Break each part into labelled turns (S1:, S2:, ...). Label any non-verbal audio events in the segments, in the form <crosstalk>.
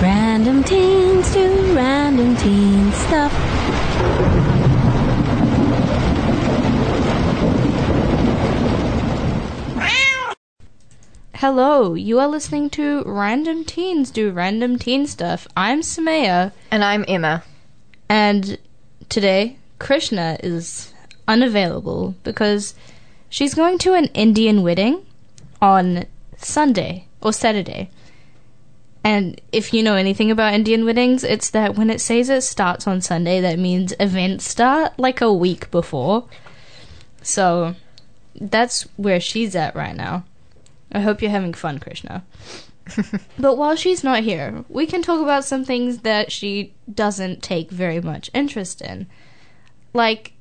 S1: Random teens do random teen stuff.
S2: Hello, you are listening to Random Teens Do Random Teen Stuff. I'm Samaya,
S3: And I'm Emma.
S2: and today Krishna is unavailable because she's going to an Indian wedding on Sunday or Saturday. And if you know anything about Indian weddings, it's that when it says it starts on Sunday, that means events start like a week before. So that's where she's at right now. I hope you're having fun, Krishna. but while she's not here, we can talk about some things that she doesn't take very much interest in. Like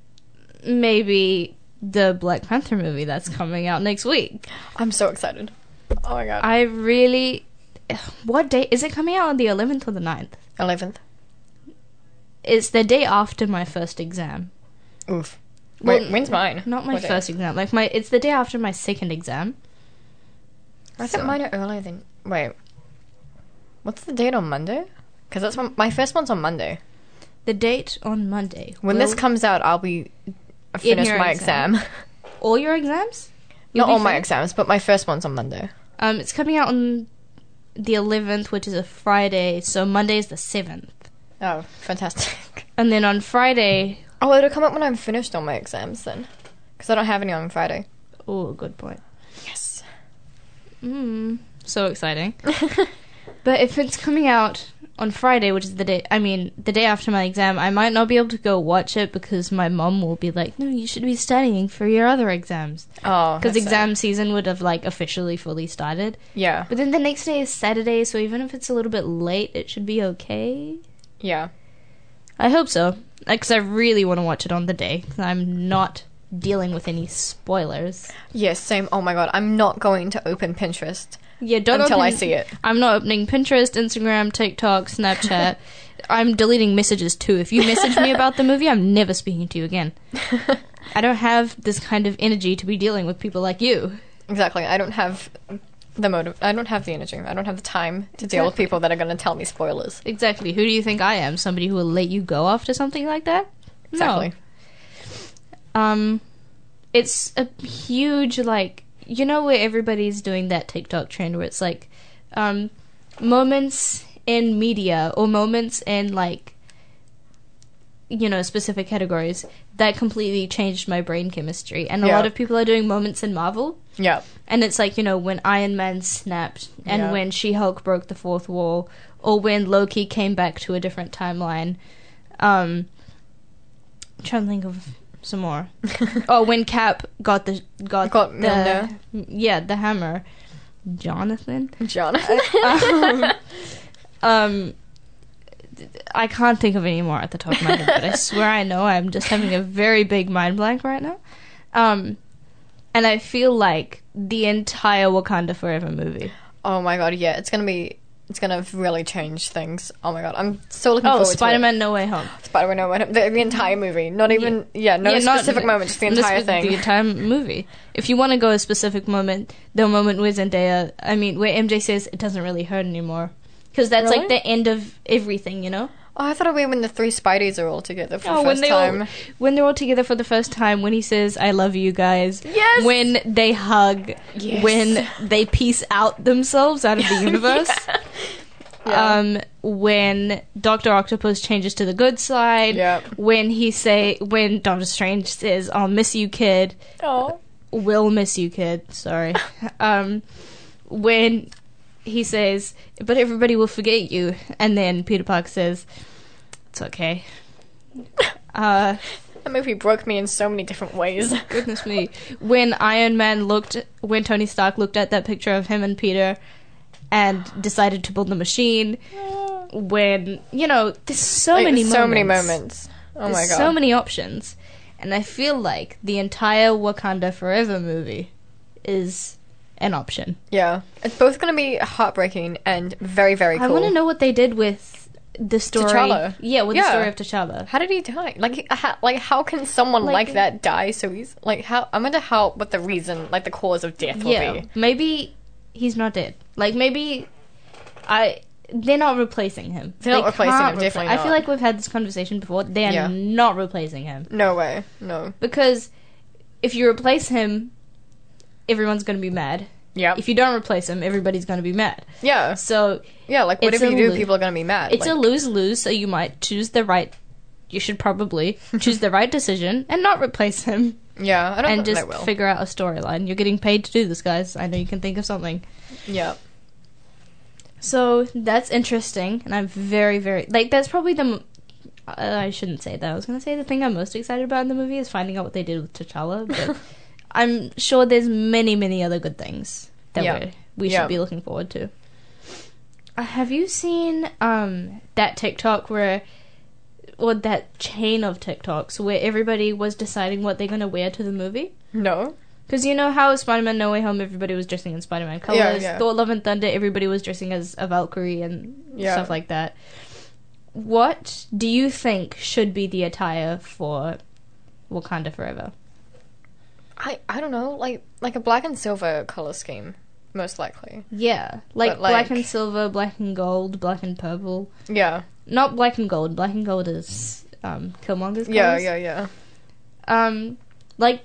S2: maybe the Black Panther movie that's coming out next week.
S3: I'm so excited. Oh my god.
S2: I really. <sighs> What day? Is it coming out on the 11th or the 9th?
S3: 11th.
S2: It's the day after my first exam.
S3: Oof.
S2: Well,
S3: Wait, when's mine?
S2: Not my
S3: What day?
S2: first exam. Like my, it's the day after my second exam.
S3: I think mine are earlier than. Wait. What's the date on Monday? Because that's when, my first one's on Monday.
S2: The date on Monday.
S3: When
S2: will-
S3: this comes out, I'll be I
S2: In
S3: finished
S2: your
S3: my
S2: exam.
S3: exam.
S2: all your exams?
S3: <laughs>
S2: You'll
S3: Not
S2: be
S3: all my
S2: finished?
S3: exams, but my first one's on Monday.
S2: Um, it's coming out on the 11th, which is a Friday, so Monday is the 7th.
S3: Oh, fantastic. <laughs>
S2: And then on Friday,
S3: Oh, it'll come up when I'm finished all my exams then, because I don't have any on Friday.
S2: oh, good point.
S3: Yes.
S2: Mm, so exciting. but if it's coming out on Friday, which is the day, I mean, the day after my exam, I might not be able to go watch it because my mom will be like, no, you should be studying for your other exams.
S3: Oh,
S2: Because
S3: that's sad.
S2: exam season would have, like, officially fully started.
S3: Yeah.
S2: But then the next day is Saturday, so even if it's a little bit late, it should be okay.
S3: Yeah.
S2: I hope so, because I really want to watch it on the day. i I'm not dealing with any spoilers.
S3: Yes. Same. Oh my god, I'm not going to open Pinterest.
S2: Yeah, don't
S3: Until I
S2: open-
S3: see it.
S2: I'm not opening Pinterest, Instagram, TikTok, <laughs> Snapchat. I'm deleting messages too. If you message me about the movie, I'm never speaking to you <laughs> again. I don't have this kind of energy to be dealing with people like you.
S3: Exactly. I don't have the motive. I don't have the energy. I don't have the time to deal with
S2: Exactly.
S3: people that are going to tell me spoilers.
S2: Exactly. Who do you think I am? Somebody who will let you go after something like that? No.
S3: Exactly.
S2: um it's a huge like you know where everybody's doing that TikTok trend where it's like um moments in media or moments in like you know specific categories that completely changed my brain chemistry and a
S3: Yeah.
S2: lot of people are doing moments in Marvel
S3: Yeah.
S2: and it's like you know when Iron Man snapped and
S3: Yeah.
S2: when She-Hulk broke the fourth wall or when Loki came back to a different timeline um trying to think of some
S3: <laughs>
S2: more oh, when Cap got the got,
S3: Got
S2: the
S3: Mjolnir.
S2: yeah the hammer, Jonathan.
S3: Jonathan.
S2: Um, th- I can't think of any more at the top of my head, but I swear I know. I'm just having a very big mind blank right now. Um, and I feel like the entire Wakanda Forever movie.
S3: <laughs> oh my god. Yeah. It's going to be. It's going to really change things. Oh my god. I'm so looking
S2: Oh,
S3: forward
S2: Spider
S3: to
S2: Man No Way Home.
S3: it. Spider Man. No Way Home. The, the entire movie. Not even. Yeah. no
S2: Yeah, not-
S3: specific moment.
S2: <laughs>
S3: Just the
S2: this-
S3: entire thing.
S2: The entire movie. If you want to go a specific moment, the moment where Zendaya, I mean, where MJ says it doesn't really hurt anymore, because that's like
S3: Really?
S2: the end of everything, you know.
S3: Oh, I thought it would be when the three Spideys are all together for the first
S2: Oh, when they <laughs>
S3: time.
S2: all when they're all together for the first time, when he says "I love you guys,"
S3: Yes!
S2: when they hug,
S3: Yes.
S2: when they peace out themselves out
S3: <laughs>
S2: of the universe, um, when Doctor Octopus changes to the good side,
S3: Yep.
S2: when he say when Doctor Strange says "I'll miss you, kid,"
S3: Oh.
S2: will miss you, kid.
S3: <laughs>
S2: Sorry, um, when he says, "But everybody will forget you," and then Peter Parker says, "It's
S3: <laughs>
S2: okay." Uh,
S3: That movie broke me in so many different ways.
S2: <laughs> Goodness me. When Iron Man looked, when Tony Stark looked at that picture of him and Peter and decided to build the machine. When, you know, there's so
S3: Like,
S2: many moments.
S3: so many moments. Oh my
S2: There's
S3: god.
S2: so many options. And I feel like the entire Wakanda Forever movie is an option.
S3: Yeah. It's both going to be heartbreaking and very, very cool.
S2: I want to know what they did with the story.
S3: T'Challa.
S2: Yeah, with the
S3: Yeah.
S2: story of T'Challa.
S3: How did he die? Like, how, like how can someone
S2: Like-
S3: like, that die so easy? Like, how? I wonder how what the reason, like the cause of death, will
S2: Yeah,
S3: be.
S2: maybe he's not dead. Like maybe I. They're not replacing him.
S3: They're not
S2: They
S3: replacing
S2: can't
S3: him, definitely
S2: I feel
S3: not.
S2: like we've had this conversation before. They're
S3: Yeah.
S2: not replacing him
S3: No way. No.
S2: because if you replace him, everyone's going to be mad.
S3: Yeah.
S2: If you don't replace him, everybody's going to be mad.
S3: yeah.
S2: So
S3: Yeah. Like,
S2: it's
S3: whatever
S2: a
S3: you do,
S2: lo-
S3: people are gonna be mad.
S2: it's a
S3: like,
S2: lose lose. So you might choose the right. You should probably choose the right decision and not replace him,
S3: yeah. <laughs> I don't
S2: and
S3: think
S2: just
S3: they will.
S2: figure out a storyline. You're getting paid to do this, guys. I know you can think of something.
S3: yeah.
S2: So that's interesting, and I'm very, very like that's probably the. m- Uh, I shouldn't say that. I was gonna say the thing I'm most excited about in the movie is finding out what they did with
S3: <laughs>
S2: T'Challa, but I'm sure there's many, many other good things that
S3: Yeah.
S2: we're, we
S3: Yeah.
S2: should be looking forward to. Uh, have you seen um that TikTok where, or that chain of TikToks where everybody was deciding what they're gonna wear to the movie?
S3: No.
S2: Because you know how Spider Man No Way Home, everybody was dressing in Spider Man colors.
S3: yeah.
S2: Thor Love and Thunder, everybody was dressing as a Valkyrie and
S3: Yeah.
S2: stuff like that. What do you think should be the attire for Wakanda Forever?
S3: I I don't know. Like like a black and silver color scheme, most likely.
S2: Yeah. Like,
S3: But,
S2: black
S3: like-
S2: and silver, black and gold, black and purple.
S3: Yeah.
S2: Not black and gold. Black and gold is um, Killmonger's
S3: Yeah.
S2: colors.
S3: Yeah. Yeah.
S2: Um, like,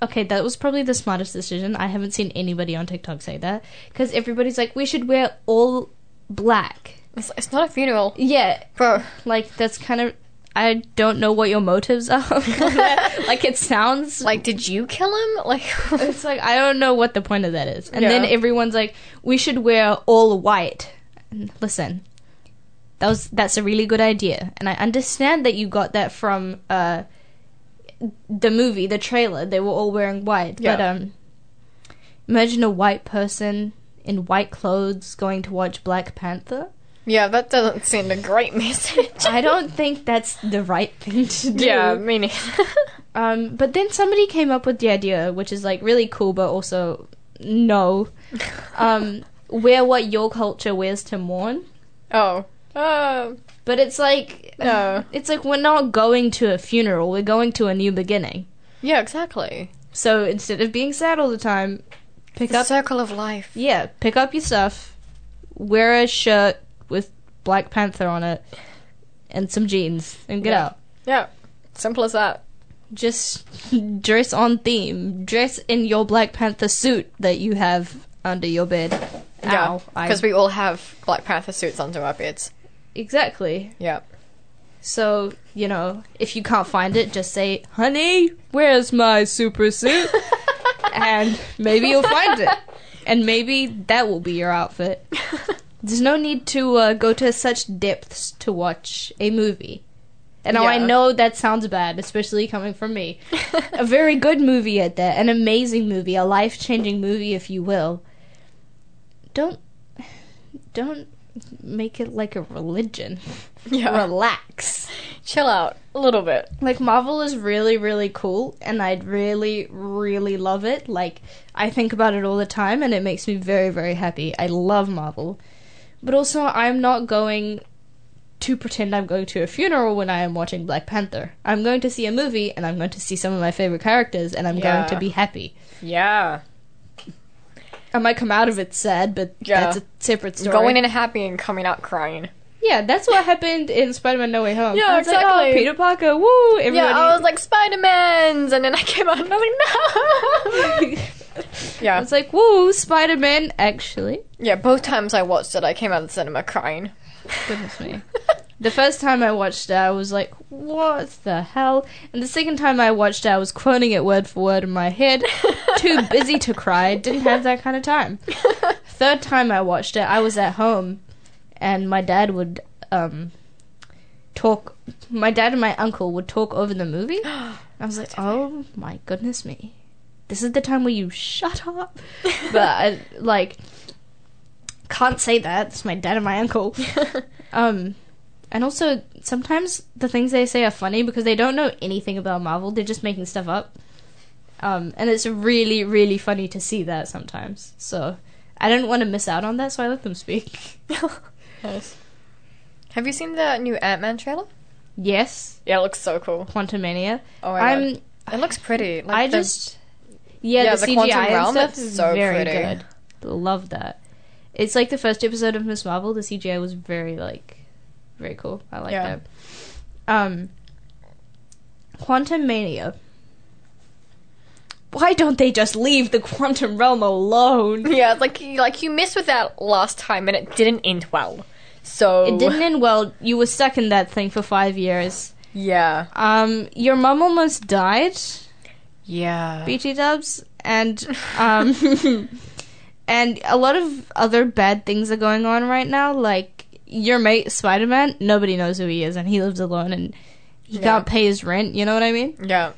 S2: okay, that was probably the smartest decision. I haven't seen anybody on TikTok say that. Because everybody's like, we should wear all black.
S3: It's, it's not a funeral,
S2: Yeah,
S3: bro.
S2: like that's kind of. I don't know what your motives are.
S3: <laughs>
S2: on that. like it sounds like
S3: Like, did you kill him? Like,
S2: <laughs>
S3: <laughs>
S2: it's like I don't know what the point of that is. And then
S3: Yeah.
S2: everyone's like, we should wear all white. And listen, that was that's a really good idea, and I understand that you got that from uh, the movie, the trailer. They were all wearing white, but
S3: Yeah.
S2: um, imagine a white person in white clothes going to watch Black Panther.
S3: yeah, that doesn't send a great <laughs> message.
S2: I don't think that's the right thing to do.
S3: Yeah, me neither. <laughs>
S2: Um, but then somebody came up with the idea, which is like really cool, but also no. Um, wear what your culture wears to mourn.
S3: oh. Uh,
S2: But it's like
S3: no.
S2: it's like we're not going to a funeral. We're going to a new beginning.
S3: Yeah, exactly.
S2: So instead of being sad all the time, pick
S3: The
S2: up
S3: circle of life.
S2: yeah, pick up your stuff, wear a shirt with Black Panther on it, and some jeans, and get
S3: Yeah.
S2: out.
S3: Yeah. Simple as that.
S2: just dress on theme. Dress in your Black Panther suit that you have under your bed.
S3: Yeah.
S2: Ow, I-
S3: Because we all have Black Panther suits under our beds.
S2: exactly.
S3: Yeah.
S2: So you know, if you can't find it, just say, "Honey, where's my super suit?"
S3: <laughs>
S2: and maybe you'll find it, and maybe that will be your
S3: <laughs>
S2: outfit. There's no need to uh, go to such depths to watch a movie. And now I
S3: Yeah.
S2: know that sounds bad, especially coming from me. a very good movie at that, an amazing movie, a life changing movie, if you will. Don't don't make it like a religion.
S3: Yeah.
S2: Relax.
S3: Chill out a little bit.
S2: Like Marvel is really really cool, and I'd really really love it. Like I think about it all the time, and it makes me very very happy. I love Marvel, but also I'm not going to pretend I'm going to a funeral when I am watching Black Panther. I'm going to see a movie, and I'm going to see some of my favorite characters, and I'm
S3: Yeah.
S2: going to be happy.
S3: Yeah.
S2: I might come out of it sad, but
S3: Yeah.
S2: that's a separate story.
S3: Going in happy and coming out crying.
S2: yeah, that's what happened in Spider-Man: No Way Home.
S3: Yeah,
S2: I was like, oh,
S3: exactly.
S2: Peter Parker, woo! Everybody,
S3: Yeah,
S2: <laughs>
S3: I was like Spider Man's, and then I came out and I was like, no.
S2: <laughs> I
S3: <laughs> yeah,
S2: was like, woo, Spider-Man. Actually,
S3: yeah. Both times I watched it, I came out of the cinema crying.
S2: goodness
S3: <laughs>
S2: me. The first time I watched it, I was like, what the hell? And the second time I watched it, I was quoting it word for word in my head. Too busy to cry. Didn't have that kind of time. Third time I watched it, I was at home and my dad would um, talk. My dad and my uncle would talk over the movie. I was like, oh my goodness me. This is the time where you shut up. <laughs> But I, like, can't say that. It's my dad and my uncle. Um, and also sometimes the things they say are funny because they don't know anything about Marvel. They're just making stuff up. Um, and it's really, really funny to see that sometimes. So I didn't want to miss out on that, so I let them
S3: <laughs>
S2: speak.
S3: Nice. Have you seen the new Ant Man trailer?
S2: yes,
S3: Yeah, it looks so cool.
S2: Quantumania.
S3: Oh my
S2: I'm.
S3: god. It looks pretty. Like
S2: I
S3: the-
S2: just. Yeah,
S3: Yeah,
S2: the,
S3: the
S2: CGI
S3: quantum
S2: and
S3: realm,
S2: stuff
S3: it's
S2: is
S3: so
S2: very
S3: pretty.
S2: good. Love that. It's like the first episode of Miss Marvel. The CGI was very like, very cool. I like
S3: Yeah.
S2: that. Um, Quantum Mania. Why don't they just leave the quantum realm alone?
S3: <laughs> Yeah, like you- like you messed with that last time and it didn't end well. So
S2: It didn't end well. You were stuck in that thing for five years.
S3: <laughs> Yeah.
S2: Um, your mum almost died,
S3: Yeah.
S2: BT Dubs, and um, and a lot of other bad things are going on right now. Like your mate Spider Man, nobody knows who he is, and he lives alone, and he can't pay his rent. You know what I mean?
S3: <laughs> yeah.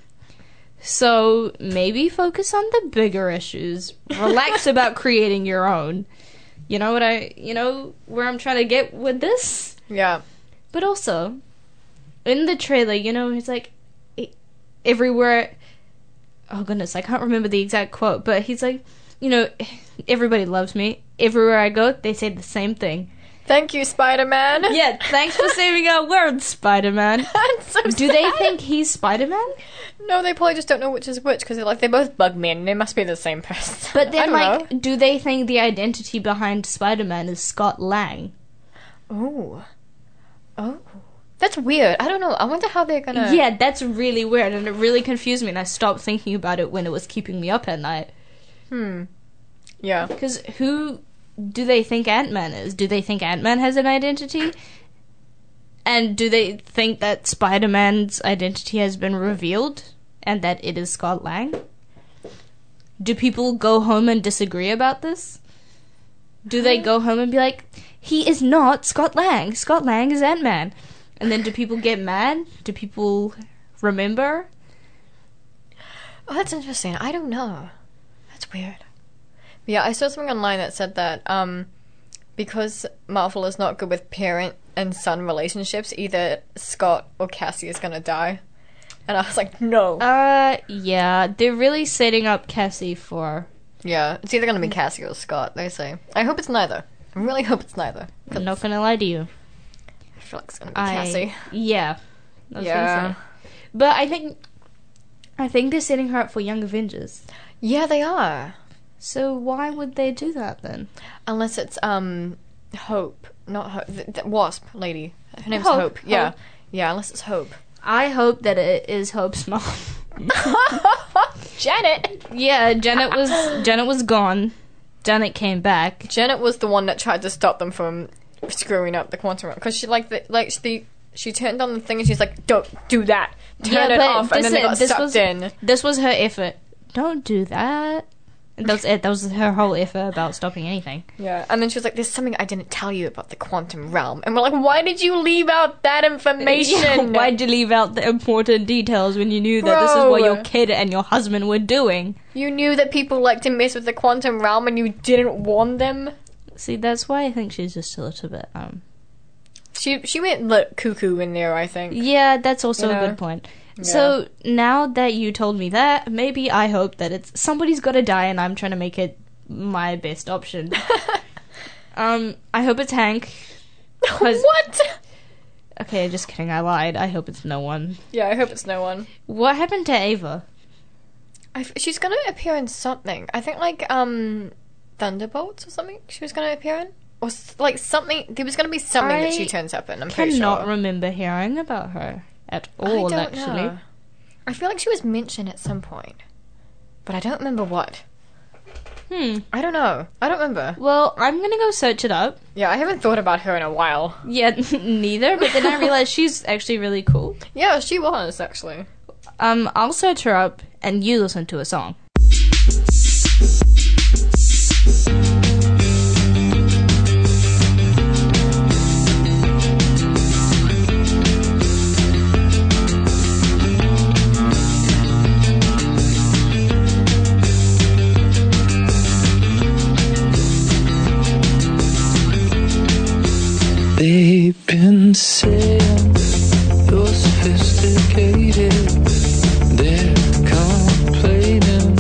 S2: So maybe focus on the bigger issues. Relax about creating your own. You know what I? You know where I'm trying to get with this.
S3: Yeah.
S2: But also, in the trailer, you know, he's like, e- everywhere. Oh goodness, I can't remember the exact quote, but he's like, you know, everybody loves me. Everywhere I go, they say the same thing.
S3: Thank you, Spider Man.
S2: Yeah, thanks for saving our world, Spider Man.
S3: <laughs> That's so
S2: <laughs> Do they
S3: sad.
S2: think he's Spider Man?
S3: No, they probably just don't know which is which because they're like they're both bug men. They must be the same person.
S2: But
S3: <laughs> I
S2: then,
S3: don't
S2: like, do they think the identity behind Spider Man is Scott Lang?
S3: know. oh, oh, that's weird. I don't know. I wonder how they're gonna.
S2: Yeah, that's really weird, and it really confused me, and I stopped thinking about it when it was keeping me up at night.
S3: Yeah.
S2: Because who do they think Ant Man is? Do they think Ant Man has an identity? And do they think that Spider Man's identity has been revealed and that it is Scott Lang? Do people go home and disagree about this? Do they go home and be like, he is not Scott Lang? Scott Lang is Ant Man. And then do people get mad? Do people remember?
S3: Oh, that's interesting. I don't know. That's weird. Yeah, I saw something online that said that um, because Marvel is not good with parent and son relationships, either Scott or Cassie is gonna die. And I was like, no.
S2: Uh, yeah, they're really setting up Cassie for
S3: yeah, it's either gonna be Cassie or Scott. They say. I hope it's neither. I really hope it's neither.
S2: I'm not gonna lie to you.
S3: I feel like it's gonna be
S2: I-
S3: Cassie.
S2: Yeah. I was gonna
S3: Yeah.
S2: say. But I think I think they're setting her up for Young Avengers.
S3: Yeah, they are.
S2: So why would they do that then?
S3: Unless it's um, Hope, not Hope. Th- th- Wasp lady. Her name's
S2: Hope,
S3: Hope. Yeah,
S2: Hope.
S3: yeah. Unless
S2: <laughs>
S3: it's Hope. <laughs>
S2: I hope that it is Hope's mom.
S3: Janet.
S2: yeah, Janet was Janet was gone. Janet came back.
S3: Janet was the one that tried to stop them from screwing up the quantum realm because she like the like she she turned on the thing and she's like, "Don't do that. Turn it off." And then they got sucked
S2: was
S3: in.
S2: this was her effort. Don't do that. That's it. That was her whole effort about stopping
S3: <laughs>
S2: anything.
S3: Yeah. And then she was like, "There's something I didn't tell you about the quantum realm." And we're like, "Why did you leave out that
S2: <laughs>
S3: information?
S2: Why'd you leave out the important details when you knew that this is what
S3: Bro.
S2: your kid and your husband were doing?
S3: you knew that people like to mess with the quantum realm, and you didn't warn them."
S2: See, that's why I think she's just a little bit. Um,
S3: She she went lit cuckoo in there, I think.
S2: yeah, that's also
S3: You
S2: a
S3: know?
S2: good point. So now that you told me that, maybe I hope that it's somebody's got to die, and I'm trying to make it my best option. <laughs> um, I hope it's Hank. 'cause-
S3: <laughs> what?
S2: Okay, just kidding. I lied. I hope it's no one.
S3: Yeah, I hope it's no one.
S2: What happened to Ava?
S3: I f- she's gonna appear in something. I think like um, Thunderbolts or something. She was gonna appear in, or s- like something. There was gonna be something that she
S2: I
S3: turns up in. I'm pretty
S2: Cannot
S3: sure.
S2: remember hearing about her at
S3: I
S2: all.
S3: don't
S2: actually,
S3: know. I feel like she was mentioned at some point, but I don't remember what.
S2: hmm.
S3: I don't know. I don't remember.
S2: Well, I'm gonna go search it up.
S3: Yeah, I haven't thought about her in a while.
S2: Yeah, <laughs> neither. But then I realized she's actually really cool.
S3: Yeah, she was actually.
S2: Um, I'll search her up and you listen to a song.
S4: They've been saying you're sophisticated. They're complaining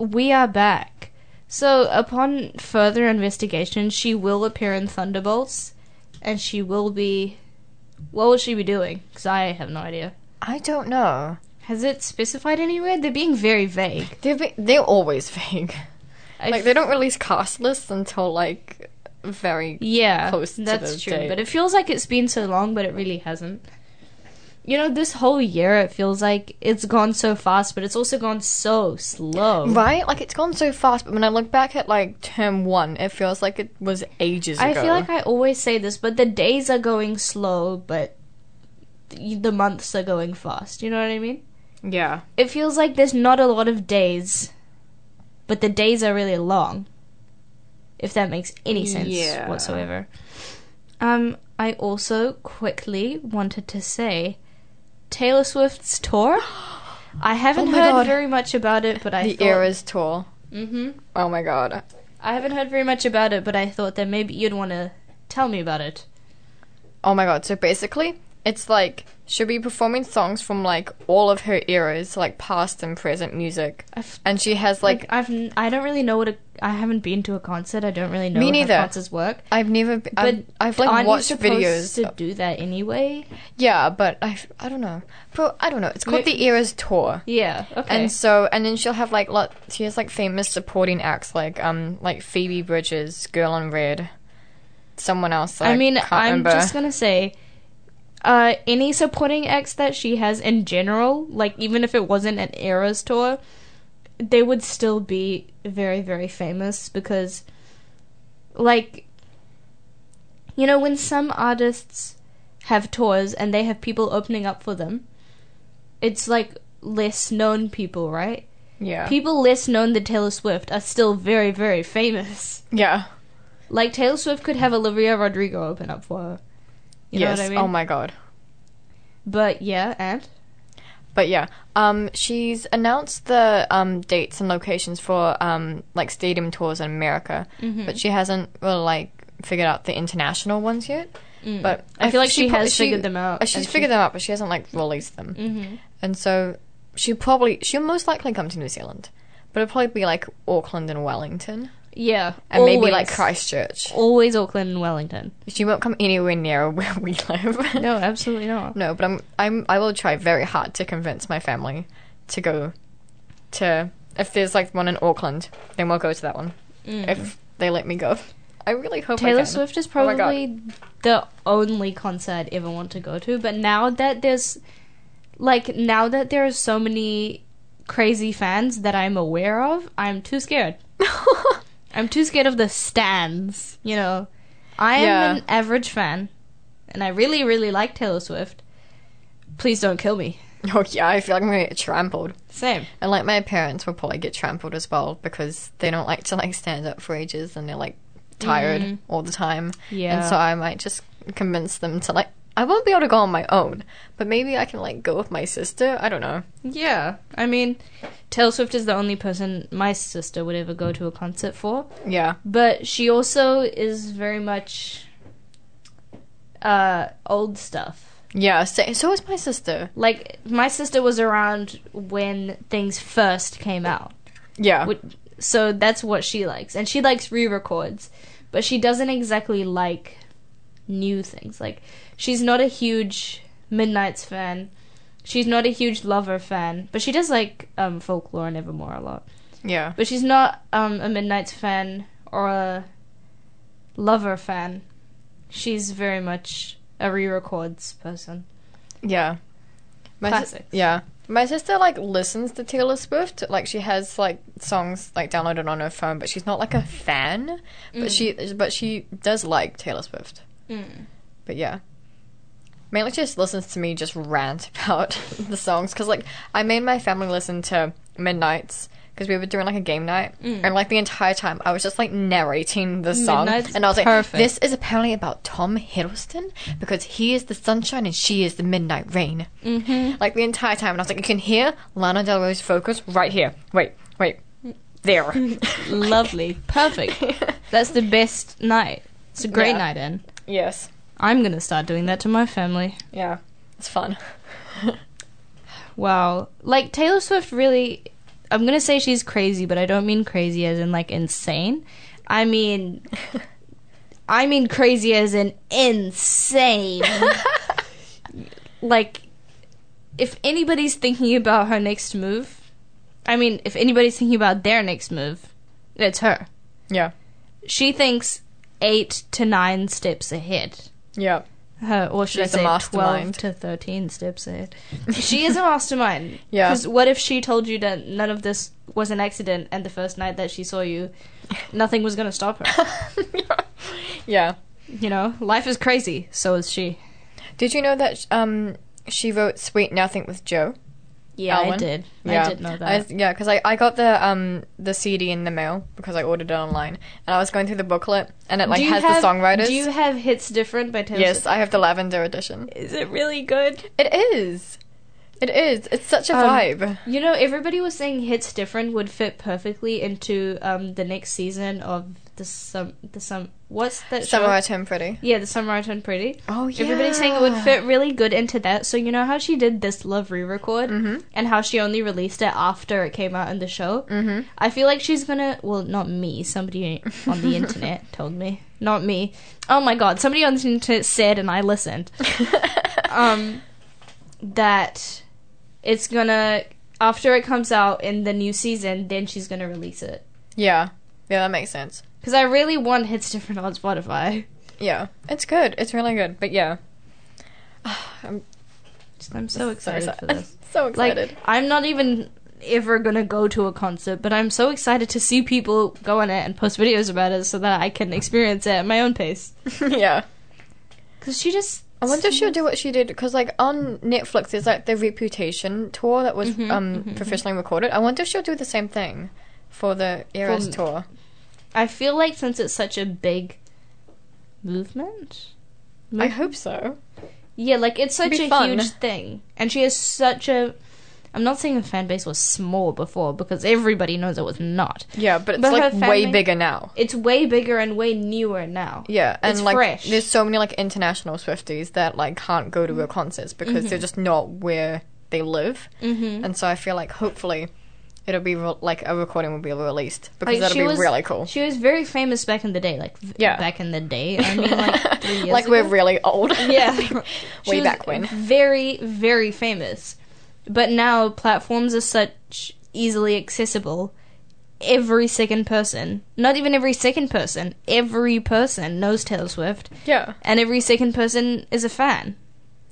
S2: We Are Back. So, upon further investigation, she will appear in Thunderbolts, and she will be. What will she be doing? Because I have no idea.
S3: I don't know.
S2: Has it specified anywhere? They're being very vague.
S3: They're ve- they're always <laughs> vague.
S2: I
S3: Like they don't release cast lists until like very.
S2: Yeah,
S3: close to
S2: that's
S3: the
S2: true.
S3: date.
S2: But it feels like it's been so long, but it really hasn't. You know, this whole year it feels like it's gone so fast, but it's also gone so slow.
S3: Right? Like it's gone so fast, but when I look back at like term one, it feels like it was ages
S2: I
S3: ago.
S2: feel like I always say this, but the days are going slow, but th- the months are going fast. You know what I mean?
S3: yeah.
S2: It feels like there's not a lot of days, but the days are really long. If that makes any sense
S3: Yeah.
S2: whatsoever. Um, I also quickly wanted to say Taylor Swift's
S3: <gasps>
S2: tour. I haven't
S3: Oh my
S2: heard
S3: God.
S2: very much about it, but I
S3: the
S2: thought,
S3: Eras tour.
S2: hmm
S3: Oh my god.
S2: I haven't heard very much about it, but I thought that maybe you'd want to tell me about it.
S3: Oh my god. So basically, it's like she'll be performing songs from like all of her eras, like past and present music,
S2: I f-
S3: and she has
S2: like
S3: like.
S2: I've n- I don't really know what a I haven't been to a concert. I don't really know
S3: Me
S2: how
S3: neither.
S2: concerts work.
S3: I've never. Be-
S2: But
S3: I've, I've like
S2: aren't you
S3: watched
S2: supposed
S3: videos.
S2: to do that anyway.
S3: Yeah, but I. I don't know. Bro, I don't know. It's called
S2: May-
S3: the Eras tour.
S2: Yeah. Okay.
S3: And so, and then she'll have like lot. She has like famous supporting acts, like um, like Phoebe Bridges, Girl in Red, someone else. That
S2: I mean,
S3: can't
S2: I'm
S3: remember.
S2: just gonna say, uh, any supporting acts that she has in general, like even if it wasn't an Eras tour, they would still be very, very famous because, like, you know, when some artists have tours and they have people opening up for them, it's like less known people, right?
S3: yeah,
S2: People less known than Taylor Swift are still very, very famous.
S3: yeah,
S2: Like Taylor Swift could have Olivia Rodrigo open up for her. You
S3: yes.
S2: know what I mean?
S3: Oh my god.
S2: But yeah, and
S3: But yeah, um, she's announced the um dates and locations for um like stadium tours in America,
S2: Mm-hmm.
S3: but she hasn't well like figured out the international ones yet. But
S2: Mm. I feel like she
S3: pro-
S2: has figured them out,
S3: uh, She's
S2: and she-
S3: figured them out, but she hasn't like released them. Mm-hmm. And so she probably she'll most likely come to New Zealand, but it'll probably be like Auckland and Wellington,
S2: yeah,
S3: and maybe like
S2: always-
S3: Christchurch.
S2: Always Auckland and Wellington.
S3: She won't come anywhere near <laughs> where we live.
S2: No, absolutely not.
S3: No, but I'm I'm I will try very hard to convince my family to go to if there's like one in Auckland, then we'll go to that one. If they let me go. I really hope I
S2: Taylor
S3: can.
S2: Swift is
S3: Oh my God.
S2: probably the only concert I'd ever want to go to. But now that there's, like, now that there are so many crazy fans that I'm aware of, I'm too
S3: <laughs>
S2: scared. I'm too scared of the stands. You know, I am
S3: Yeah.
S2: an average fan, and I really, really like Taylor Swift. Please don't kill me.
S3: <laughs> Oh yeah, I feel like I'm gonna get trampled.
S2: Same.
S3: And like my parents will probably get trampled as well because they don't like to like stand up for ages and they're like tired all the time.
S2: Yeah.
S3: And so I might just convince them to like I won't be able to go on my own, but maybe I can like go with my sister. I don't know.
S2: Yeah, I mean, Taylor Swift is the only person my sister would ever go to a concert for.
S3: Yeah.
S2: but she also is very much uh old stuff
S3: Yeah, so, so is my sister.
S2: like my sister was around when things first came out
S3: Yeah.
S2: wh- so that's what she likes and she likes re-records but she doesn't exactly like new things like she's not a huge midnight's fan she's not a huge lover fan but she does like um folklore and evermore a lot
S3: yeah.
S2: but she's not um, a Midnight's fan or a lover fan. She's very much a re-records person.
S3: Yeah. My sis-
S2: Classics.
S3: yeah. My sister like listens to Taylor Swift. Like she has like songs like downloaded on her phone, but she's not like a fan. But she but she does like Taylor Swift. But yeah. Mainly she just listens to me just rant about <laughs> the songs cuz like I made my family listen to Midnights because we were doing like a game night
S2: Mm.
S3: and like the entire time I was just like narrating the song
S2: Midnight's
S3: and I was like
S2: perfect.
S3: this is apparently about Tom Hiddleston because he is the sunshine and she is the midnight rain. Mm-hmm. Like the entire time, and I was like, you can hear Lana Del Rey's focus right here. Wait, wait,
S2: <laughs>
S3: there.
S2: <coughs> Lovely, perfect. That's the best night. It's a great
S3: Yeah.
S2: night in.
S3: <laughs> yes,
S2: I'm gonna start doing that to my family.
S3: yeah, it's fun. <laughs>
S2: Wow, like Taylor Swift really. I'm gonna say she's crazy, but I don't mean crazy as in like insane. I mean, I mean crazy as in insane. like, if anybody's thinking about her next move, I mean, if anybody's thinking about their next move, it's her.
S3: Yeah.
S2: She thinks eight to nine steps ahead
S3: Yeah.
S2: her, or should
S3: She's a
S2: I say, twelve
S3: mastermind.
S2: to thirteen steps
S3: <laughs>
S2: ahead. she is a mastermind.
S3: Yeah.
S2: Because what if she told you that none of this was an accident, and the first night that she saw you, nothing was going to stop her.
S3: <laughs> Yeah.
S2: you know, life is crazy. So is she.
S3: Did you know that um she wrote "Sweet Nothing" with Joe?
S2: Yeah, I
S3: Alwyn?
S2: did. I did know that.
S3: I, yeah, because I, I got the um the CD in the mail because I ordered it online, and I was going through the booklet, and it like
S2: do you
S3: has
S2: have,
S3: the songwriters.
S2: Do you have hits different by Taylor?
S3: yes,
S2: Swift?
S3: I have the Lavender edition.
S2: is it really good?
S3: It is. It is. It's such a
S2: Um,
S3: vibe.
S2: You know, everybody was saying hits different would fit perfectly into um, the next season of the some the some what's that show?
S3: Summer I Turn Pretty.
S2: Yeah, the summer I turned pretty.
S3: Oh,
S2: Everybody's saying it would
S3: yeah.
S2: fit really good into that. So you know how she did this love re-record and how she only released it after it came out in the show. Mm-hmm. I feel like she's gonna. Well, not me. Somebody on the internet told me. Not me. Oh my god! Somebody on the internet said, and I listened. <laughs> um, that it's gonna after it comes out in the new season, then she's gonna release it.
S3: Yeah. Yeah, that makes sense.
S2: Because I really want hits different on Spotify. <laughs>
S3: Yeah, it's good. It's really good. But yeah, <sighs>
S2: Just- I'm so excited
S3: so,
S2: <laughs> for this.
S3: so
S2: Like
S3: excited.
S2: I'm not even ever gonna go to a concert, but I'm so excited to see people go on it and post videos about it so that I can experience it at my own pace.
S3: yeah.
S2: Because she just
S3: I wonder if she'll do what she did because, like, on Netflix, there's like the Reputation tour that was um, professionally recorded. I wonder if she'll do the same thing for the Eras
S2: For-
S3: tour.
S2: I feel like since it's such a big movement,
S3: I hope so.
S2: yeah, like it's such
S3: be
S2: a
S3: fun.
S2: huge thing, and she has such a. I'm not saying her fan base was small before because everybody knows it was not.
S3: Yeah, but it's
S2: But
S3: like
S2: her fan
S3: way
S2: base-
S3: bigger now.
S2: It's way bigger and way newer now.
S3: Yeah, and
S2: It's
S3: like
S2: fresh.
S3: there's so many like international Swifties that like can't go to her concerts because they're just not where they live. Mm-hmm. And so I feel like hopefully it'll be re- like a recording will be released because
S2: Like,
S3: that'll
S2: she
S3: be
S2: was-
S3: really cool.
S2: She was very famous back in the day, like v-
S3: Yeah.
S2: back in the day. I mean,
S3: <laughs>
S2: like three years
S3: like
S2: ago.
S3: we're really old.
S2: <laughs> yeah, She
S3: <laughs> way
S2: was
S3: back when.
S2: Very, very famous, but now platforms are such easily accessible. Every second person, not even every second person, every person knows Taylor Swift,
S3: yeah,
S2: and every second person is a fan.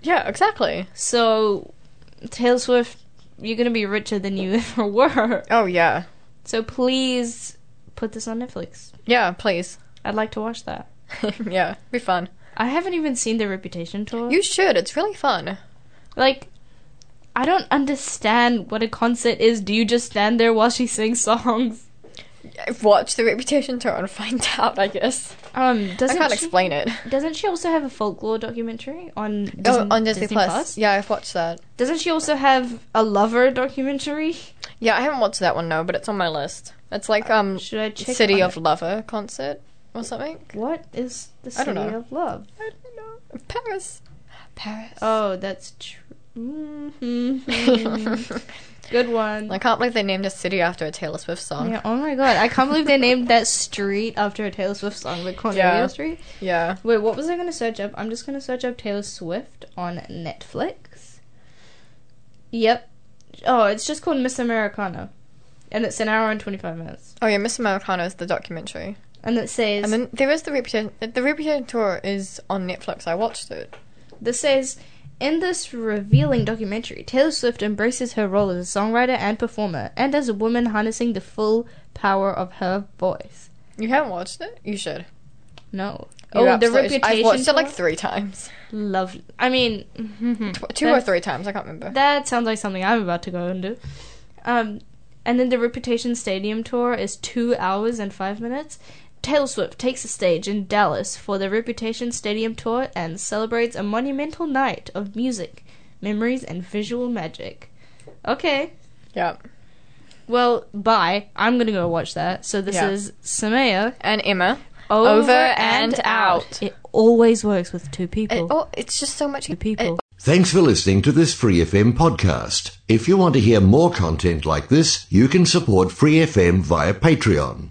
S3: yeah, exactly.
S2: So, Taylor Swift, you're gonna be richer than you <laughs> ever were.
S3: Oh yeah,
S2: So please put this on Netflix.
S3: yeah. Please,
S2: I'd like to watch that.
S3: <laughs> yeah, be fun.
S2: I haven't even seen the Reputation tour.
S3: You should. It's really fun.
S2: like, I don't understand what a concert is. Do you just stand there while she sings songs?
S3: Watch the Reputation tour and <laughs> find out. I guess
S2: Um,
S3: I
S2: doesn't
S3: can't
S2: she,
S3: explain it.
S2: Doesn't she also have a folklore documentary on Disney,
S3: oh, on Disney, Plus. Yeah, I've watched that.
S2: Doesn't she also have a lover documentary?
S3: Yeah, I haven't watched that one no, but it's on my list. It's like um
S2: Should I check?
S3: City
S2: on
S3: of
S2: it?
S3: Lover concert or something.
S2: What is the
S3: I
S2: City
S3: don't know.
S2: of Love?
S3: I don't know. Paris. Paris. <laughs>
S2: Oh, that's true. Mhm. Good one.
S3: I can't believe they named a city after a Taylor Swift song.
S2: Yeah, oh my god, I can't believe they named that street after a Taylor Swift song, the Cornelia
S3: Yeah.
S2: Street.
S3: Yeah.
S2: Wait, what was I gonna search up? I'm just gonna search up Taylor Swift on Netflix. Yep. Oh, it's just called Miss Americana. And it's an hour and 25 minutes.
S3: Oh yeah, Miss Americana is the documentary,
S2: And it says,
S3: and then there is the Reputation. The Reputation tour is on Netflix. I watched it.
S2: this says, in this revealing documentary, Taylor Swift embraces her role as a songwriter and performer, and as a woman harnessing the full power of her voice.
S3: You haven't watched it? You should.
S2: No.
S3: You
S2: oh, the
S3: absolutely should.
S2: reputation.
S3: I've watched it like
S2: tour?
S3: three times,
S2: Lovely. I mean,
S3: Tw- two or
S2: That's-
S3: three times. I can't remember.
S2: that sounds like something I'm about to go and do. Um, and then the Reputation Stadium tour is two hours and five minutes. Taylor Swift takes the stage in Dallas for the Reputation Stadium tour and celebrates a monumental night of music, memories, and visual magic. Okay.
S3: yeah.
S2: Well, bye. I'm gonna go watch that. So this
S3: Yeah.
S2: is Samaya
S3: And Emma.
S2: over,
S3: and out.
S2: It always works with two people.
S3: It, oh, it's just so much.
S2: The people.
S3: it-
S5: Thanks for listening to this Free FM podcast. If you want to hear more content like this, you can support Free FM via Patreon.